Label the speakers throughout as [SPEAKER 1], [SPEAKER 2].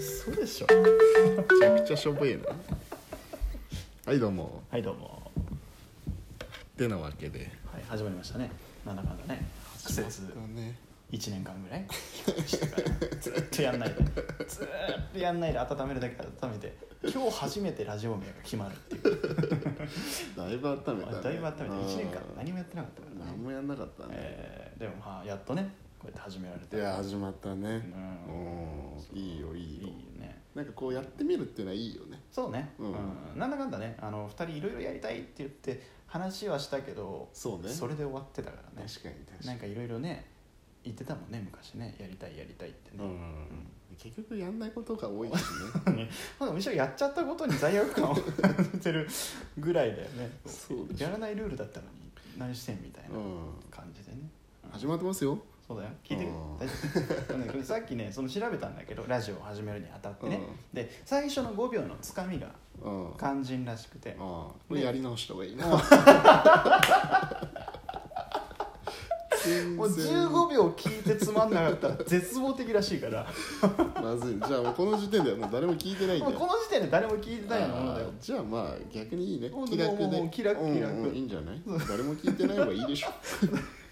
[SPEAKER 1] そうでしょめちゃくちゃしょぼいなはいどうも
[SPEAKER 2] はいどうも
[SPEAKER 1] てなわけで
[SPEAKER 2] はい始まりましたねなんだかんだね苦節
[SPEAKER 1] ね
[SPEAKER 2] 1年間ぐ らいずっとやんないでずーっとやんないで温めるだけ温めて今日初めてラジオ名が決まるっていう
[SPEAKER 1] だいぶ温めた、ね、
[SPEAKER 2] だいぶ温めた1年間何
[SPEAKER 1] も
[SPEAKER 2] もやってなかったから
[SPEAKER 1] 何
[SPEAKER 2] ね
[SPEAKER 1] もやんなかったね、
[SPEAKER 2] えーでもまあやっとねこうやって始められて
[SPEAKER 1] いや始まったね
[SPEAKER 2] う
[SPEAKER 1] おーいいよい
[SPEAKER 2] い
[SPEAKER 1] いよ
[SPEAKER 2] いね
[SPEAKER 1] なんかこうやってみるっていうのはいいよね
[SPEAKER 2] そうね、
[SPEAKER 1] うん
[SPEAKER 2] うんなんだかんだねあの2人いろいろやりたいって言って話はしたけど
[SPEAKER 1] そうね
[SPEAKER 2] それで終わってたからね
[SPEAKER 1] 確かに確か
[SPEAKER 2] なん
[SPEAKER 1] に
[SPEAKER 2] かいろいろね言ってたもんね昔ねやりたいやりたいってね、
[SPEAKER 1] うん、結局やんないことが多いしね
[SPEAKER 2] ねなんかむしろやっちゃったことに罪悪感を感じてるぐらいだよね
[SPEAKER 1] そうでしょ
[SPEAKER 2] やらないルールだったのに何してんみたいな
[SPEAKER 1] うん
[SPEAKER 2] 感じでね、
[SPEAKER 1] 始まってますよ
[SPEAKER 2] そうだよ聞いてく
[SPEAKER 1] うん
[SPEAKER 2] 大丈夫 ねこれさっきねその調べたんだけどラジオを始めるにあたってね、
[SPEAKER 1] う
[SPEAKER 2] で最初の5秒のつかみが
[SPEAKER 1] うんあ
[SPEAKER 2] 肝心らしくて、
[SPEAKER 1] あこれやり直した方がいいな、全然
[SPEAKER 2] もう15秒聞いてつまんなかったら絶望的らしいから
[SPEAKER 1] まずいじゃあもうこの時点ではもう誰も聞いてないんだ
[SPEAKER 2] もう
[SPEAKER 1] よ
[SPEAKER 2] この時点で誰も聞いてないようなものだよ
[SPEAKER 1] あーじゃあまあ逆にいいね
[SPEAKER 2] ほんと
[SPEAKER 1] 気楽で
[SPEAKER 2] もうもう気楽気楽
[SPEAKER 1] うんうんいいんじゃない誰も聞いてない方がいいでしょ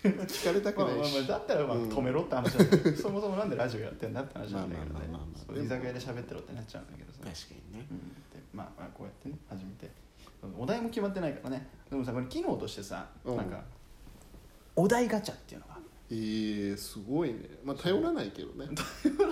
[SPEAKER 1] 聞かれたく
[SPEAKER 2] まあまあ
[SPEAKER 1] な
[SPEAKER 2] ま
[SPEAKER 1] い
[SPEAKER 2] あ
[SPEAKER 1] し
[SPEAKER 2] だったらまあ
[SPEAKER 1] うん
[SPEAKER 2] 止めろって話なんだけど、そもそもなんでラジオやってんだって話なんだけど
[SPEAKER 1] まあ
[SPEAKER 2] ね
[SPEAKER 1] まあまあまあ
[SPEAKER 2] そう居酒屋で喋ってろってなっちゃうんだけどさ、
[SPEAKER 1] 確かにね
[SPEAKER 2] うんでまあまあこうやってね始めてお題も決まってないからねでもさこれ機能としてさ、
[SPEAKER 1] うん
[SPEAKER 2] なんかお題ガチャっていうのが
[SPEAKER 1] えー、すごいねまあ頼らないけどね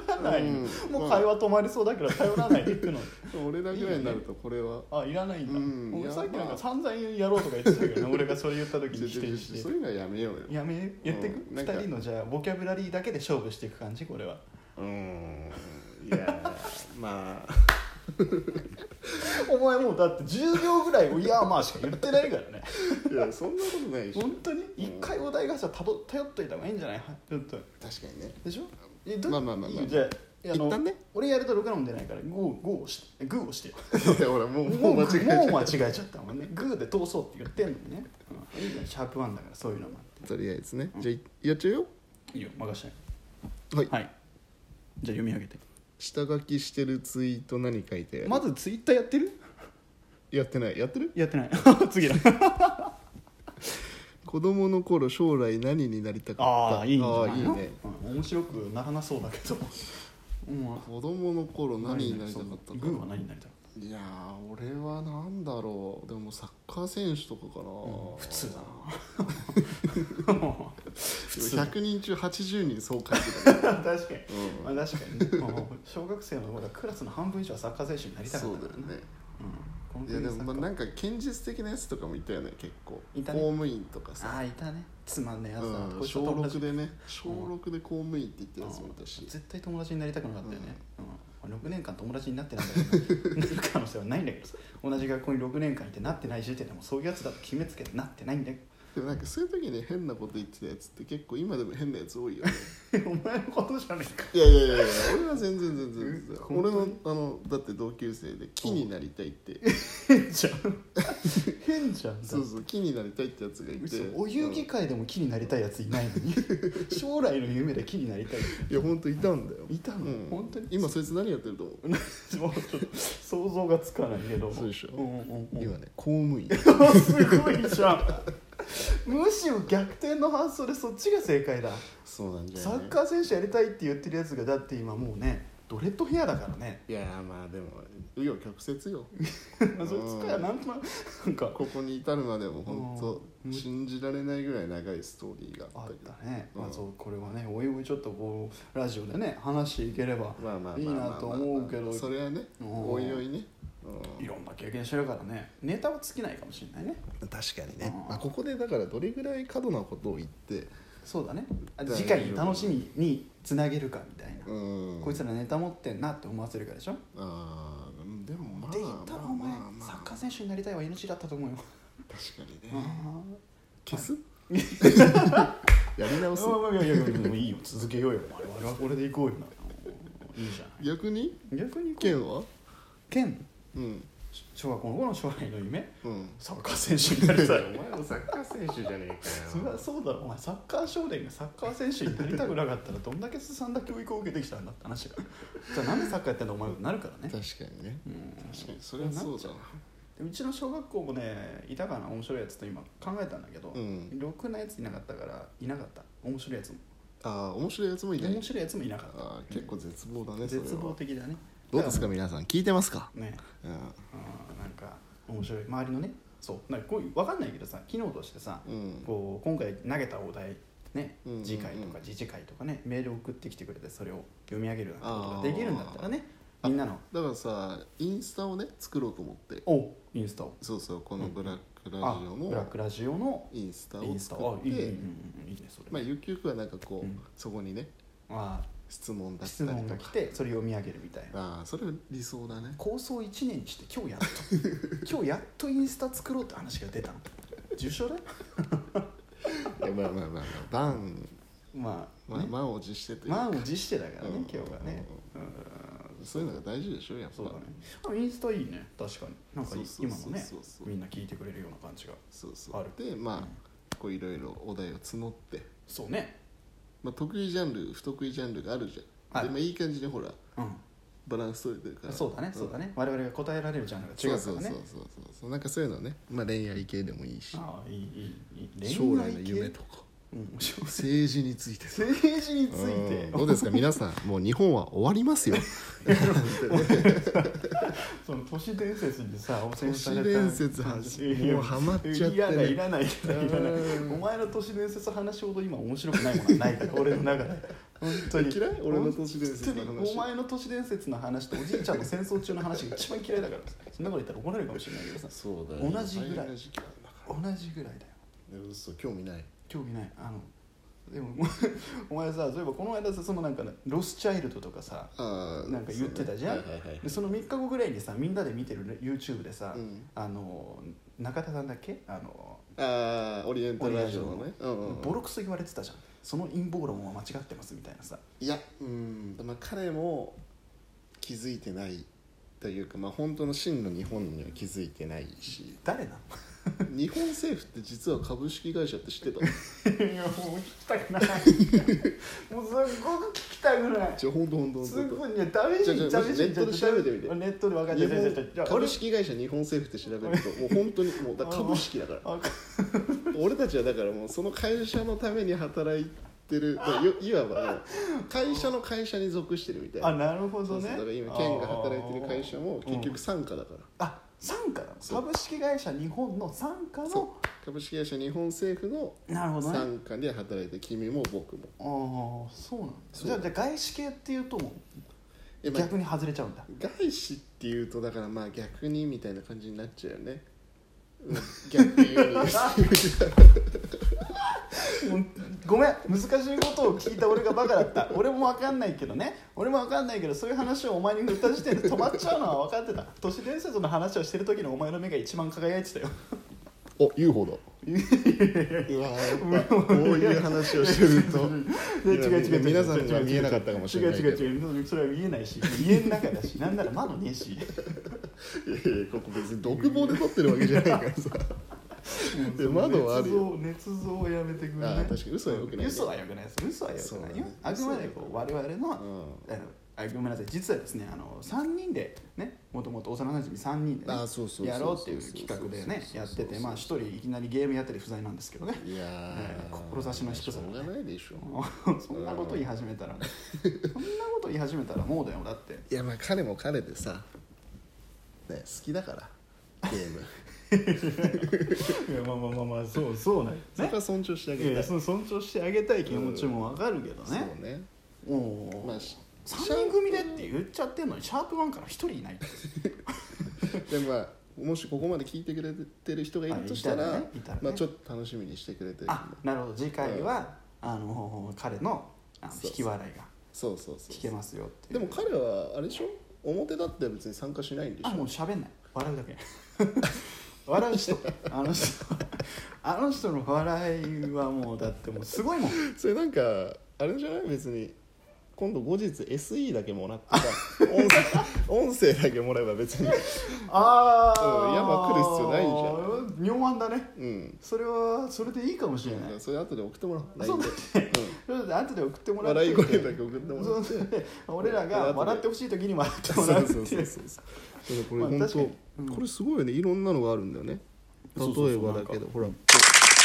[SPEAKER 2] 頼 らない、
[SPEAKER 1] うん
[SPEAKER 2] もう会話止まりそうだから頼らないでい くの
[SPEAKER 1] 俺らぐらいになるとこれは
[SPEAKER 2] あいらないんだ、
[SPEAKER 1] うん
[SPEAKER 2] 俺
[SPEAKER 1] いや
[SPEAKER 2] さっきなん
[SPEAKER 1] ま
[SPEAKER 2] か
[SPEAKER 1] あ
[SPEAKER 2] 散々やろうとか言ってたけどね 俺がそれ言った時
[SPEAKER 1] ちょ
[SPEAKER 2] に
[SPEAKER 1] ち
[SPEAKER 2] 否
[SPEAKER 1] ょち
[SPEAKER 2] 定
[SPEAKER 1] ょ
[SPEAKER 2] し
[SPEAKER 1] そう
[SPEAKER 2] て
[SPEAKER 1] いうのはやめようよ
[SPEAKER 2] やめやってく、
[SPEAKER 1] うん
[SPEAKER 2] 二
[SPEAKER 1] なんか
[SPEAKER 2] 人のじゃあボキャブラリーだけで勝負していく感じこれは
[SPEAKER 1] うーんいやーまあ
[SPEAKER 2] お前もうだって10秒ぐらいを「いやまあ」しか言ってないからね
[SPEAKER 1] いやそんなことないでし ょ
[SPEAKER 2] 本当に一回お題ガチャたど頼っといた方がいいんじゃないはいちょっと
[SPEAKER 1] 確かにね
[SPEAKER 2] でしょえど
[SPEAKER 1] まあまあまあまあ
[SPEAKER 2] いいよじゃああの
[SPEAKER 1] 一旦ね
[SPEAKER 2] 俺やるとろくなもん出ないからグーグーをしてグーをしてよ
[SPEAKER 1] いやほらもう も
[SPEAKER 2] も
[SPEAKER 1] う
[SPEAKER 2] う
[SPEAKER 1] 間
[SPEAKER 2] も
[SPEAKER 1] 違
[SPEAKER 2] う
[SPEAKER 1] え
[SPEAKER 2] 間
[SPEAKER 1] ちゃ
[SPEAKER 2] 違
[SPEAKER 1] った
[SPEAKER 2] えちゃったもんねグーで通そうって言ってんのにね、うんいいじゃんシャープワンだからそういうのも
[SPEAKER 1] とりあえずねじゃあやっちゃうよ
[SPEAKER 2] いいよ任せて
[SPEAKER 1] はい、
[SPEAKER 2] はいじゃあ読み上げて
[SPEAKER 1] 下書きしてるツイート何書いてある
[SPEAKER 2] まずツイッターやってる
[SPEAKER 1] やってないやってる
[SPEAKER 2] やってない 次だ
[SPEAKER 1] 子供の頃将来何になりたかった
[SPEAKER 2] ああいいんじゃな
[SPEAKER 1] あ
[SPEAKER 2] い
[SPEAKER 1] ーいいね
[SPEAKER 2] うん面白くならなそうだけど、うん、
[SPEAKER 1] 子供の頃何になりたかった
[SPEAKER 2] そう
[SPEAKER 1] か
[SPEAKER 2] グーは何になりたかっ
[SPEAKER 1] いやー俺はなんだろうでもサッカー選手とかかな、
[SPEAKER 2] た普通だな もう普通
[SPEAKER 1] 100人中80人そう書い てたね、
[SPEAKER 2] 確かに、
[SPEAKER 1] うん
[SPEAKER 2] まあ、確かにね もう小学生の頃はクラスの半分以上はサッカー選手になりたか
[SPEAKER 1] そ
[SPEAKER 2] っ
[SPEAKER 1] う
[SPEAKER 2] たから
[SPEAKER 1] だよね
[SPEAKER 2] うん、
[SPEAKER 1] いやでもまあ
[SPEAKER 2] あ
[SPEAKER 1] なんか堅実的なやつとかもいたよね結構
[SPEAKER 2] いた
[SPEAKER 1] 公
[SPEAKER 2] ね
[SPEAKER 1] 務員とか
[SPEAKER 2] あ
[SPEAKER 1] さ、
[SPEAKER 2] ーいたねつまんねえやつだ、
[SPEAKER 1] うん、
[SPEAKER 2] こいつは
[SPEAKER 1] 小
[SPEAKER 2] 友達
[SPEAKER 1] 6でね小6で公務員って言って
[SPEAKER 2] う
[SPEAKER 1] る
[SPEAKER 2] ん
[SPEAKER 1] やつもいたし、
[SPEAKER 2] 絶対友達になりたくなかったよね、うん6年間友達になってないんだけど なる可能性はないんだけどさ同じ学校に6年間いてなってない時点でもうそういうやつだと決めつけてなってないんだけど
[SPEAKER 1] でもなんかそういう時に変なこと言ってたやつって結構今でも変なやつ多いよね
[SPEAKER 2] お前のことじゃねえか
[SPEAKER 1] いやいやいやいや俺は全然全然全
[SPEAKER 2] え
[SPEAKER 1] 然
[SPEAKER 2] 本当
[SPEAKER 1] 俺
[SPEAKER 2] に
[SPEAKER 1] のあのだって同級生で木になりたいって
[SPEAKER 2] 変じゃん変じゃんだ
[SPEAKER 1] そうそう木になりたいってやつがいて
[SPEAKER 2] 嘘お遊戯会でも木になりたいやついないの に将来の夢で木になりたい
[SPEAKER 1] いや本当いたんだよ
[SPEAKER 2] いたの、
[SPEAKER 1] うん
[SPEAKER 2] 本当に
[SPEAKER 1] 今そいつ何やってると思う
[SPEAKER 2] もうちょっと想像がつかないけど
[SPEAKER 1] そうでしょ
[SPEAKER 2] んうんうん
[SPEAKER 1] 今ね公務員
[SPEAKER 2] すごいじゃんむしろ逆転の発想でそっちが正解だ、
[SPEAKER 1] そうなんじゃない
[SPEAKER 2] サッカー選手やりたいって言ってるやつがだって今もうねドレッドヘアだからね
[SPEAKER 1] いやーまあでも紆余曲 折よ
[SPEAKER 2] まあそいつからなんとなくなんか
[SPEAKER 1] ここに至るまでも本
[SPEAKER 2] う
[SPEAKER 1] 当
[SPEAKER 2] ん
[SPEAKER 1] 信じられないぐらい長いストーリーがあ
[SPEAKER 2] あっ
[SPEAKER 1] っ
[SPEAKER 2] た
[SPEAKER 1] けど
[SPEAKER 2] たね、
[SPEAKER 1] うん
[SPEAKER 2] まあ、そうこれはねおいおいちょっとこうラジオでね話していければ
[SPEAKER 1] まあまあまあ
[SPEAKER 2] いい
[SPEAKER 1] まあまあ
[SPEAKER 2] なと思うけど
[SPEAKER 1] それはね
[SPEAKER 2] うん
[SPEAKER 1] おいおいねうん
[SPEAKER 2] いろんな経験してるからねネタは尽きないかもしれないね
[SPEAKER 1] 確か
[SPEAKER 2] う
[SPEAKER 1] に
[SPEAKER 2] ん
[SPEAKER 1] まあここでだからどれぐらい過度なことを言って
[SPEAKER 2] そうだねあ
[SPEAKER 1] だ
[SPEAKER 2] 次回に楽しみにつなげるかみたいな、
[SPEAKER 1] うん
[SPEAKER 2] こいつらネタ持ってんなって思わせるからでしょ、
[SPEAKER 1] ああでもまあ
[SPEAKER 2] で言ったらお前、サッカー選手になりたいは NG だったと思うよ、
[SPEAKER 1] 確かに
[SPEAKER 2] あ
[SPEAKER 1] ね消す やり直す
[SPEAKER 2] あいやいやいやでもいいよ続けようよ我々はこれでいこうよいいじゃ
[SPEAKER 1] 逆に
[SPEAKER 2] ん逆にこう
[SPEAKER 1] 剣は
[SPEAKER 2] 剣
[SPEAKER 1] うん
[SPEAKER 2] 小学校の頃の将来の夢
[SPEAKER 1] うん
[SPEAKER 2] サッカー選手になりたい
[SPEAKER 1] お前もサッカー選手じゃね
[SPEAKER 2] そ
[SPEAKER 1] え
[SPEAKER 2] りゃそうだろお前サッカー少年がサッカー選手になりたくなかったらどんだけすさんだ教育を受けてきたんだって話がじゃあなんでサッカーやってんだお前ってなるからね
[SPEAKER 1] 確かにね
[SPEAKER 2] うん
[SPEAKER 1] 確かにそれはそうだわ
[SPEAKER 2] でうちの小学校もねいたかな面白いやつと今考えたんだけど、
[SPEAKER 1] うん
[SPEAKER 2] ろくなやついなかったからいなかった面白いやつも
[SPEAKER 1] ああ面白いやつもいない
[SPEAKER 2] 面白いやつもいなかった
[SPEAKER 1] あー結構絶望だねそれは
[SPEAKER 2] 絶望的だね
[SPEAKER 1] どうですか皆さん聞いてますか、
[SPEAKER 2] ね
[SPEAKER 1] うん
[SPEAKER 2] あーなんか面白い周りのねそうなんかこういう分かんないけどさ機能としてさ、
[SPEAKER 1] うん
[SPEAKER 2] こう今回投げたお題ね
[SPEAKER 1] うんうんうん
[SPEAKER 2] 次回とか次次回とかねメール送ってきてくれてそれを読み上げるなんてことができるんだったらね
[SPEAKER 1] あー
[SPEAKER 2] みんなの
[SPEAKER 1] だからさインスタをね作ろうと思って
[SPEAKER 2] おインスタを
[SPEAKER 1] そうそうこのブラックラ
[SPEAKER 2] あ
[SPEAKER 1] ジオ
[SPEAKER 2] ブラッ
[SPEAKER 1] の
[SPEAKER 2] クラジオの
[SPEAKER 1] インスタ
[SPEAKER 2] イ
[SPEAKER 1] を
[SPEAKER 2] ンスタ
[SPEAKER 1] 作
[SPEAKER 2] あ
[SPEAKER 1] っ
[SPEAKER 2] いいいいいい
[SPEAKER 1] て
[SPEAKER 2] いいいねそれ、
[SPEAKER 1] まあゆくゆくはなんかこう、
[SPEAKER 2] うん
[SPEAKER 1] そこにね
[SPEAKER 2] あ
[SPEAKER 1] 質問
[SPEAKER 2] ー
[SPEAKER 1] だっ
[SPEAKER 2] 質
[SPEAKER 1] たり
[SPEAKER 2] 問
[SPEAKER 1] と
[SPEAKER 2] が
[SPEAKER 1] か
[SPEAKER 2] 来てそれ読み上げるみたいな
[SPEAKER 1] ああそれ理想だね
[SPEAKER 2] 構想1年にして今日や っと今日やっとインスタ作ろうって話が出たの受賞だよ
[SPEAKER 1] いやまあまあまあまあ万
[SPEAKER 2] まあ、
[SPEAKER 1] まあ
[SPEAKER 2] ね
[SPEAKER 1] 満を持してというか
[SPEAKER 2] 満を持してだからね、
[SPEAKER 1] うん
[SPEAKER 2] 今日はね、うん
[SPEAKER 1] そういうのが大事でしょやっぱ
[SPEAKER 2] そうだねあインスタいいね確かになんかい
[SPEAKER 1] そうそう
[SPEAKER 2] 今
[SPEAKER 1] そう
[SPEAKER 2] のね
[SPEAKER 1] そうそう
[SPEAKER 2] みんな聞いてくれるような感じが
[SPEAKER 1] そうそ
[SPEAKER 2] あ
[SPEAKER 1] う
[SPEAKER 2] る
[SPEAKER 1] でまあこういろいろお題を募って、
[SPEAKER 2] そうね
[SPEAKER 1] まあ、得意ジャンル不得意ジャンルがあるじゃん、
[SPEAKER 2] はい
[SPEAKER 1] でもいい感じにほら
[SPEAKER 2] うん
[SPEAKER 1] バランス取れてるから
[SPEAKER 2] そうだねそうだね、我々が答えられるジャンルが
[SPEAKER 1] そ
[SPEAKER 2] 違
[SPEAKER 1] う
[SPEAKER 2] うか
[SPEAKER 1] そう
[SPEAKER 2] ら
[SPEAKER 1] そう
[SPEAKER 2] ね
[SPEAKER 1] そうそうなんかそういうのね、まあ、恋愛系でもいいし
[SPEAKER 2] ああいいいいいい恋
[SPEAKER 1] 将来の
[SPEAKER 2] 愛系
[SPEAKER 1] 夢とか
[SPEAKER 2] うん
[SPEAKER 1] 政治について
[SPEAKER 2] 政治につい
[SPEAKER 1] うん
[SPEAKER 2] て
[SPEAKER 1] どうですか皆さんもう日本は終わりま すよ
[SPEAKER 2] その都市伝説にさ汚染
[SPEAKER 1] 都
[SPEAKER 2] され
[SPEAKER 1] 市
[SPEAKER 2] た
[SPEAKER 1] 伝 説はもうハマっちゃっ
[SPEAKER 2] い
[SPEAKER 1] て
[SPEAKER 2] らないい
[SPEAKER 1] ね
[SPEAKER 2] らないいらないいらない
[SPEAKER 1] うん
[SPEAKER 2] お前の都市伝説話ほど今面白くないものはない から俺の中で本当に
[SPEAKER 1] 嫌い俺の都市伝説の話
[SPEAKER 2] 本当にお前の都市伝説の話とおじいちゃんの戦争中の話が一番嫌いだからそんなこと言ったら怒られるかもしれないけどさ
[SPEAKER 1] そう
[SPEAKER 2] だよ同じぐらい
[SPEAKER 1] 時期なんだか
[SPEAKER 2] 同じぐらいだよ
[SPEAKER 1] らね嘘興味ない
[SPEAKER 2] 興味ないあのでもお前さそういえばこの間さそのなんかねロスチャイルドとかさ
[SPEAKER 1] あー
[SPEAKER 2] なんか言ってたじゃん
[SPEAKER 1] そうねはいはいはい
[SPEAKER 2] でその3日後ぐらいにさみんなで見てるね YouTube でさ、
[SPEAKER 1] うん
[SPEAKER 2] あの中田さんだっけあの
[SPEAKER 1] ああオリエンタルラジオの
[SPEAKER 2] オリエ
[SPEAKER 1] ね
[SPEAKER 2] ン、タ
[SPEAKER 1] う
[SPEAKER 2] ル
[SPEAKER 1] んうん
[SPEAKER 2] ボロクソ言われてたじゃんその陰謀論は間違ってますみたいなさ
[SPEAKER 1] いやうん、まあ、彼も気づいてないというかまあ本当の真の日本には気づいてない し
[SPEAKER 2] 誰 なの
[SPEAKER 1] 日本政府って実は株式会社って知ってた
[SPEAKER 2] いやもう聞きたくないもうすっごく聞きたくない
[SPEAKER 1] じゃ本当本当
[SPEAKER 2] す
[SPEAKER 1] 本
[SPEAKER 2] ごいねダメ
[SPEAKER 1] じゃあじ
[SPEAKER 2] に
[SPEAKER 1] ゃあ
[SPEAKER 2] ダメに
[SPEAKER 1] ネットで調べてみて
[SPEAKER 2] ネットで分か
[SPEAKER 1] 当
[SPEAKER 2] っ
[SPEAKER 1] 日
[SPEAKER 2] てる
[SPEAKER 1] 本株式会社日本政府って調べるともう本当にもうだから株式だから俺たちはだからもうその会社のために働いてるだからよいわばもう会社の会社に属してるみたいな
[SPEAKER 2] あなるほど
[SPEAKER 1] そうそう
[SPEAKER 2] ね
[SPEAKER 1] だから今県が働いてる会社も結
[SPEAKER 2] うん
[SPEAKER 1] 局傘下だから、
[SPEAKER 2] あ傘下なの
[SPEAKER 1] そう
[SPEAKER 2] 株式会社日本の傘下
[SPEAKER 1] そう
[SPEAKER 2] の
[SPEAKER 1] 株式会社日本政府の
[SPEAKER 2] なるほどね
[SPEAKER 1] 傘下で働いて君も僕も
[SPEAKER 2] ああそうなんだ
[SPEAKER 1] そう
[SPEAKER 2] じゃあじゃあ外資系っていうとも
[SPEAKER 1] いや
[SPEAKER 2] う
[SPEAKER 1] まあ
[SPEAKER 2] 逆に外れちゃうんだ
[SPEAKER 1] 外資っていうとだからまあ逆にみたいな感じになっちゃうよね、うん、逆に言うよ り
[SPEAKER 2] もうごめん難しいことを聞いた俺がバカだった俺も分かんないけどね俺も分かんないけどそういう話をお前に振った時点で止まっちゃうのは分かってた都市伝説の話をしてる時のお前の目が一番輝いてたよ
[SPEAKER 1] お UFO だうわやっぱこういう話をしてると
[SPEAKER 2] いや違う違う違う
[SPEAKER 1] 皆さんには見えなかったかもしれないけど
[SPEAKER 2] 違う違う違うそれは見えないし家の中だしなんなら窓ねえし
[SPEAKER 1] いやいやここ別に独房で撮ってるわけじゃないからさいや窓はあるよ
[SPEAKER 2] 捏造捏造をやめてくれ
[SPEAKER 1] ああ確かに嘘は良くないね
[SPEAKER 2] 嘘はよくないです嘘はよく
[SPEAKER 1] そうだ
[SPEAKER 2] ないよ、
[SPEAKER 1] ね
[SPEAKER 2] あくまでこう我々の,、
[SPEAKER 1] う
[SPEAKER 2] あのあごめんなさい実はですねあの3人でねもともと幼なじみ3人で、ね
[SPEAKER 1] あそうそうそうそう
[SPEAKER 2] やろうっていう企画でねやっててまあ1人いきなりゲームやったり不在なんですけどね
[SPEAKER 1] いや
[SPEAKER 2] ええ
[SPEAKER 1] ー
[SPEAKER 2] 志の低さ
[SPEAKER 1] しょうがないでしょ
[SPEAKER 2] もうそ んなこと言い始めたら そんなこと言い始めたらもうだよだって
[SPEAKER 1] いやまあ彼も彼でさ、ね、好きだからゲー ム
[SPEAKER 2] いやまあまあまあまあそうそうだよ
[SPEAKER 1] そこは尊重してあげたい
[SPEAKER 2] その尊重してあげたい気持ちもわかるけど
[SPEAKER 1] そう
[SPEAKER 2] ね、
[SPEAKER 1] ね
[SPEAKER 2] おお
[SPEAKER 1] まあし
[SPEAKER 2] 3人組でって言っちゃってんのにシャープ1から1人いないって
[SPEAKER 1] でもまあもしここまで聞いてくれてる人がいるとした
[SPEAKER 2] あいたら
[SPEAKER 1] ら
[SPEAKER 2] ねいたらね
[SPEAKER 1] まあちょっと楽しみにしてくれてる
[SPEAKER 2] あなるほど次回は、あの彼のあの
[SPEAKER 1] そうそう
[SPEAKER 2] 引き笑いが
[SPEAKER 1] そうそうそう
[SPEAKER 2] 聞けますよっていう
[SPEAKER 1] でも彼はあれでしょ表立っては別に参加しないんでし
[SPEAKER 2] あも
[SPEAKER 1] ょ
[SPEAKER 2] う喋んない笑う だけ笑う人あの人あの人の笑いはもうだってもうすごいもん
[SPEAKER 1] それなんかあれじゃない別に今度後日 SE だけもらって さ音声音声だけもらえば別に
[SPEAKER 2] ああ、
[SPEAKER 1] うん山来る必要ない
[SPEAKER 2] じゃん妙案だね
[SPEAKER 1] うん
[SPEAKER 2] それはそれでいいかもしれない、
[SPEAKER 1] それ後で送ってもらおう
[SPEAKER 2] そう
[SPEAKER 1] LINE
[SPEAKER 2] だ
[SPEAKER 1] で
[SPEAKER 2] ね、それで後で送っても
[SPEAKER 1] うん
[SPEAKER 2] らって
[SPEAKER 1] 笑い声だけ送ってもら
[SPEAKER 2] そう
[SPEAKER 1] って
[SPEAKER 2] そう俺らが笑ってほしい時に笑って
[SPEAKER 1] そう
[SPEAKER 2] も
[SPEAKER 1] そ
[SPEAKER 2] らう
[SPEAKER 1] う
[SPEAKER 2] って
[SPEAKER 1] そ
[SPEAKER 2] いうう
[SPEAKER 1] そうそうこれ
[SPEAKER 2] まあ
[SPEAKER 1] 本
[SPEAKER 2] 確かに
[SPEAKER 1] 当、これすごいよねいろんなのがあるんだよね例
[SPEAKER 2] そうそう
[SPEAKER 1] え
[SPEAKER 2] そう
[SPEAKER 1] ばだけ
[SPEAKER 2] な
[SPEAKER 1] ど
[SPEAKER 2] んか
[SPEAKER 1] ほら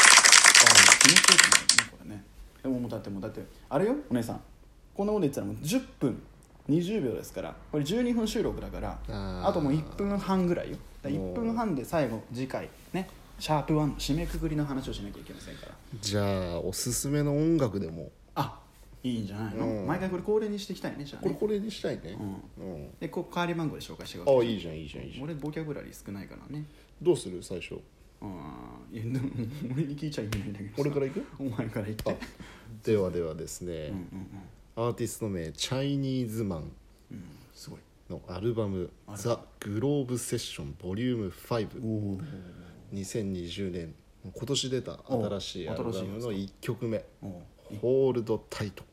[SPEAKER 2] 気持ちよくないねこれねでももうだってもうだってあれよお姉さんこんなこと言ってたらもう10分20秒ですからこれ12分収録だから
[SPEAKER 1] あ
[SPEAKER 2] あ
[SPEAKER 1] ー
[SPEAKER 2] ともう1分半ぐらいよだ
[SPEAKER 1] も
[SPEAKER 2] 1
[SPEAKER 1] う
[SPEAKER 2] 分半で最後次回ねシャープ1の締めくくりの話をしなきゃいけませんから
[SPEAKER 1] じゃあおすすめの音楽でも
[SPEAKER 2] あいいんじゃないの、
[SPEAKER 1] うん
[SPEAKER 2] 毎回これ恒例にしていきたいねじゃあ
[SPEAKER 1] これ
[SPEAKER 2] ね
[SPEAKER 1] これにしたいねうん
[SPEAKER 2] でこう代わり番号で紹介してください
[SPEAKER 1] あいいじゃんいいじゃんいいじゃん
[SPEAKER 2] 俺ボキャブラリー少ないからね
[SPEAKER 1] どうする最初
[SPEAKER 2] ああいやでも 俺に聞いちゃいけないんだけどさ
[SPEAKER 1] 俺から行く
[SPEAKER 2] お前から言って
[SPEAKER 1] あではではですね、
[SPEAKER 2] うんうんうん
[SPEAKER 1] アーティスト名チャイニーズマン
[SPEAKER 2] うんすごい
[SPEAKER 1] のアルバム「ザ・グローブ・セッション Vol.5」
[SPEAKER 2] お
[SPEAKER 1] 2020年今年出た新しいアルバムの1曲目
[SPEAKER 2] おお
[SPEAKER 1] 「ホールド・タイト」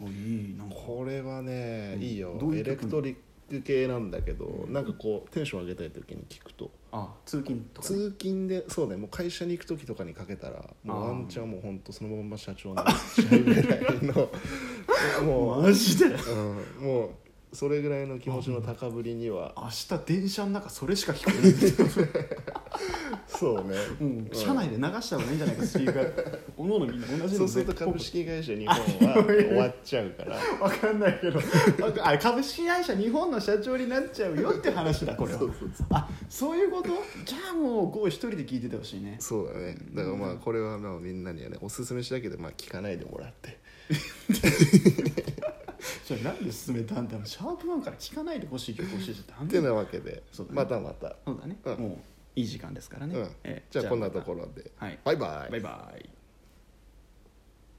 [SPEAKER 2] おいいなんか
[SPEAKER 1] これはね
[SPEAKER 2] うん
[SPEAKER 1] いいよ
[SPEAKER 2] どういう
[SPEAKER 1] エ
[SPEAKER 2] 曲
[SPEAKER 1] レクトリック系なんだけど、なんかこうテンション上げたい時に聞くと
[SPEAKER 2] あ通勤とかね、
[SPEAKER 1] 通勤でそうねもう会社に行く時とかにかけたらもう
[SPEAKER 2] あー
[SPEAKER 1] ワンチャンもうほんとそのまんま社長になっちゃうぐらいのもう、
[SPEAKER 2] マジで
[SPEAKER 1] うん、もうそれぐらいの気持ちの高ぶりには
[SPEAKER 2] 明日電車の中それしか聞こえ
[SPEAKER 1] そうね、
[SPEAKER 2] ないもう車内で流した方がいいんじゃないかスピーカーおのおのみんな同じ
[SPEAKER 1] そ
[SPEAKER 2] の
[SPEAKER 1] うすると株式会社日本は終わっちゃうから
[SPEAKER 2] わかんないけど あ株式会社日本の社長になっちゃうよって話だこれは
[SPEAKER 1] そうそうそう
[SPEAKER 2] あそういうことじゃあもうこう一人で聞いててほしいね
[SPEAKER 1] そうだねだからまあこれはまあみんなにはねおすすめしだけどまあ聞かないでもらって
[SPEAKER 2] じゃあなんで進めたんだろうシャープワンから聞かないでほしい曲教えちゃダメ
[SPEAKER 1] ってなわけで、
[SPEAKER 2] そうだね
[SPEAKER 1] またまた、
[SPEAKER 2] そうだね、
[SPEAKER 1] うん
[SPEAKER 2] もういい時間ですからね、
[SPEAKER 1] うん
[SPEAKER 2] ええ
[SPEAKER 1] じゃあこんな
[SPEAKER 2] また
[SPEAKER 1] ところで、
[SPEAKER 2] はい
[SPEAKER 1] バイバイ
[SPEAKER 2] バイバイ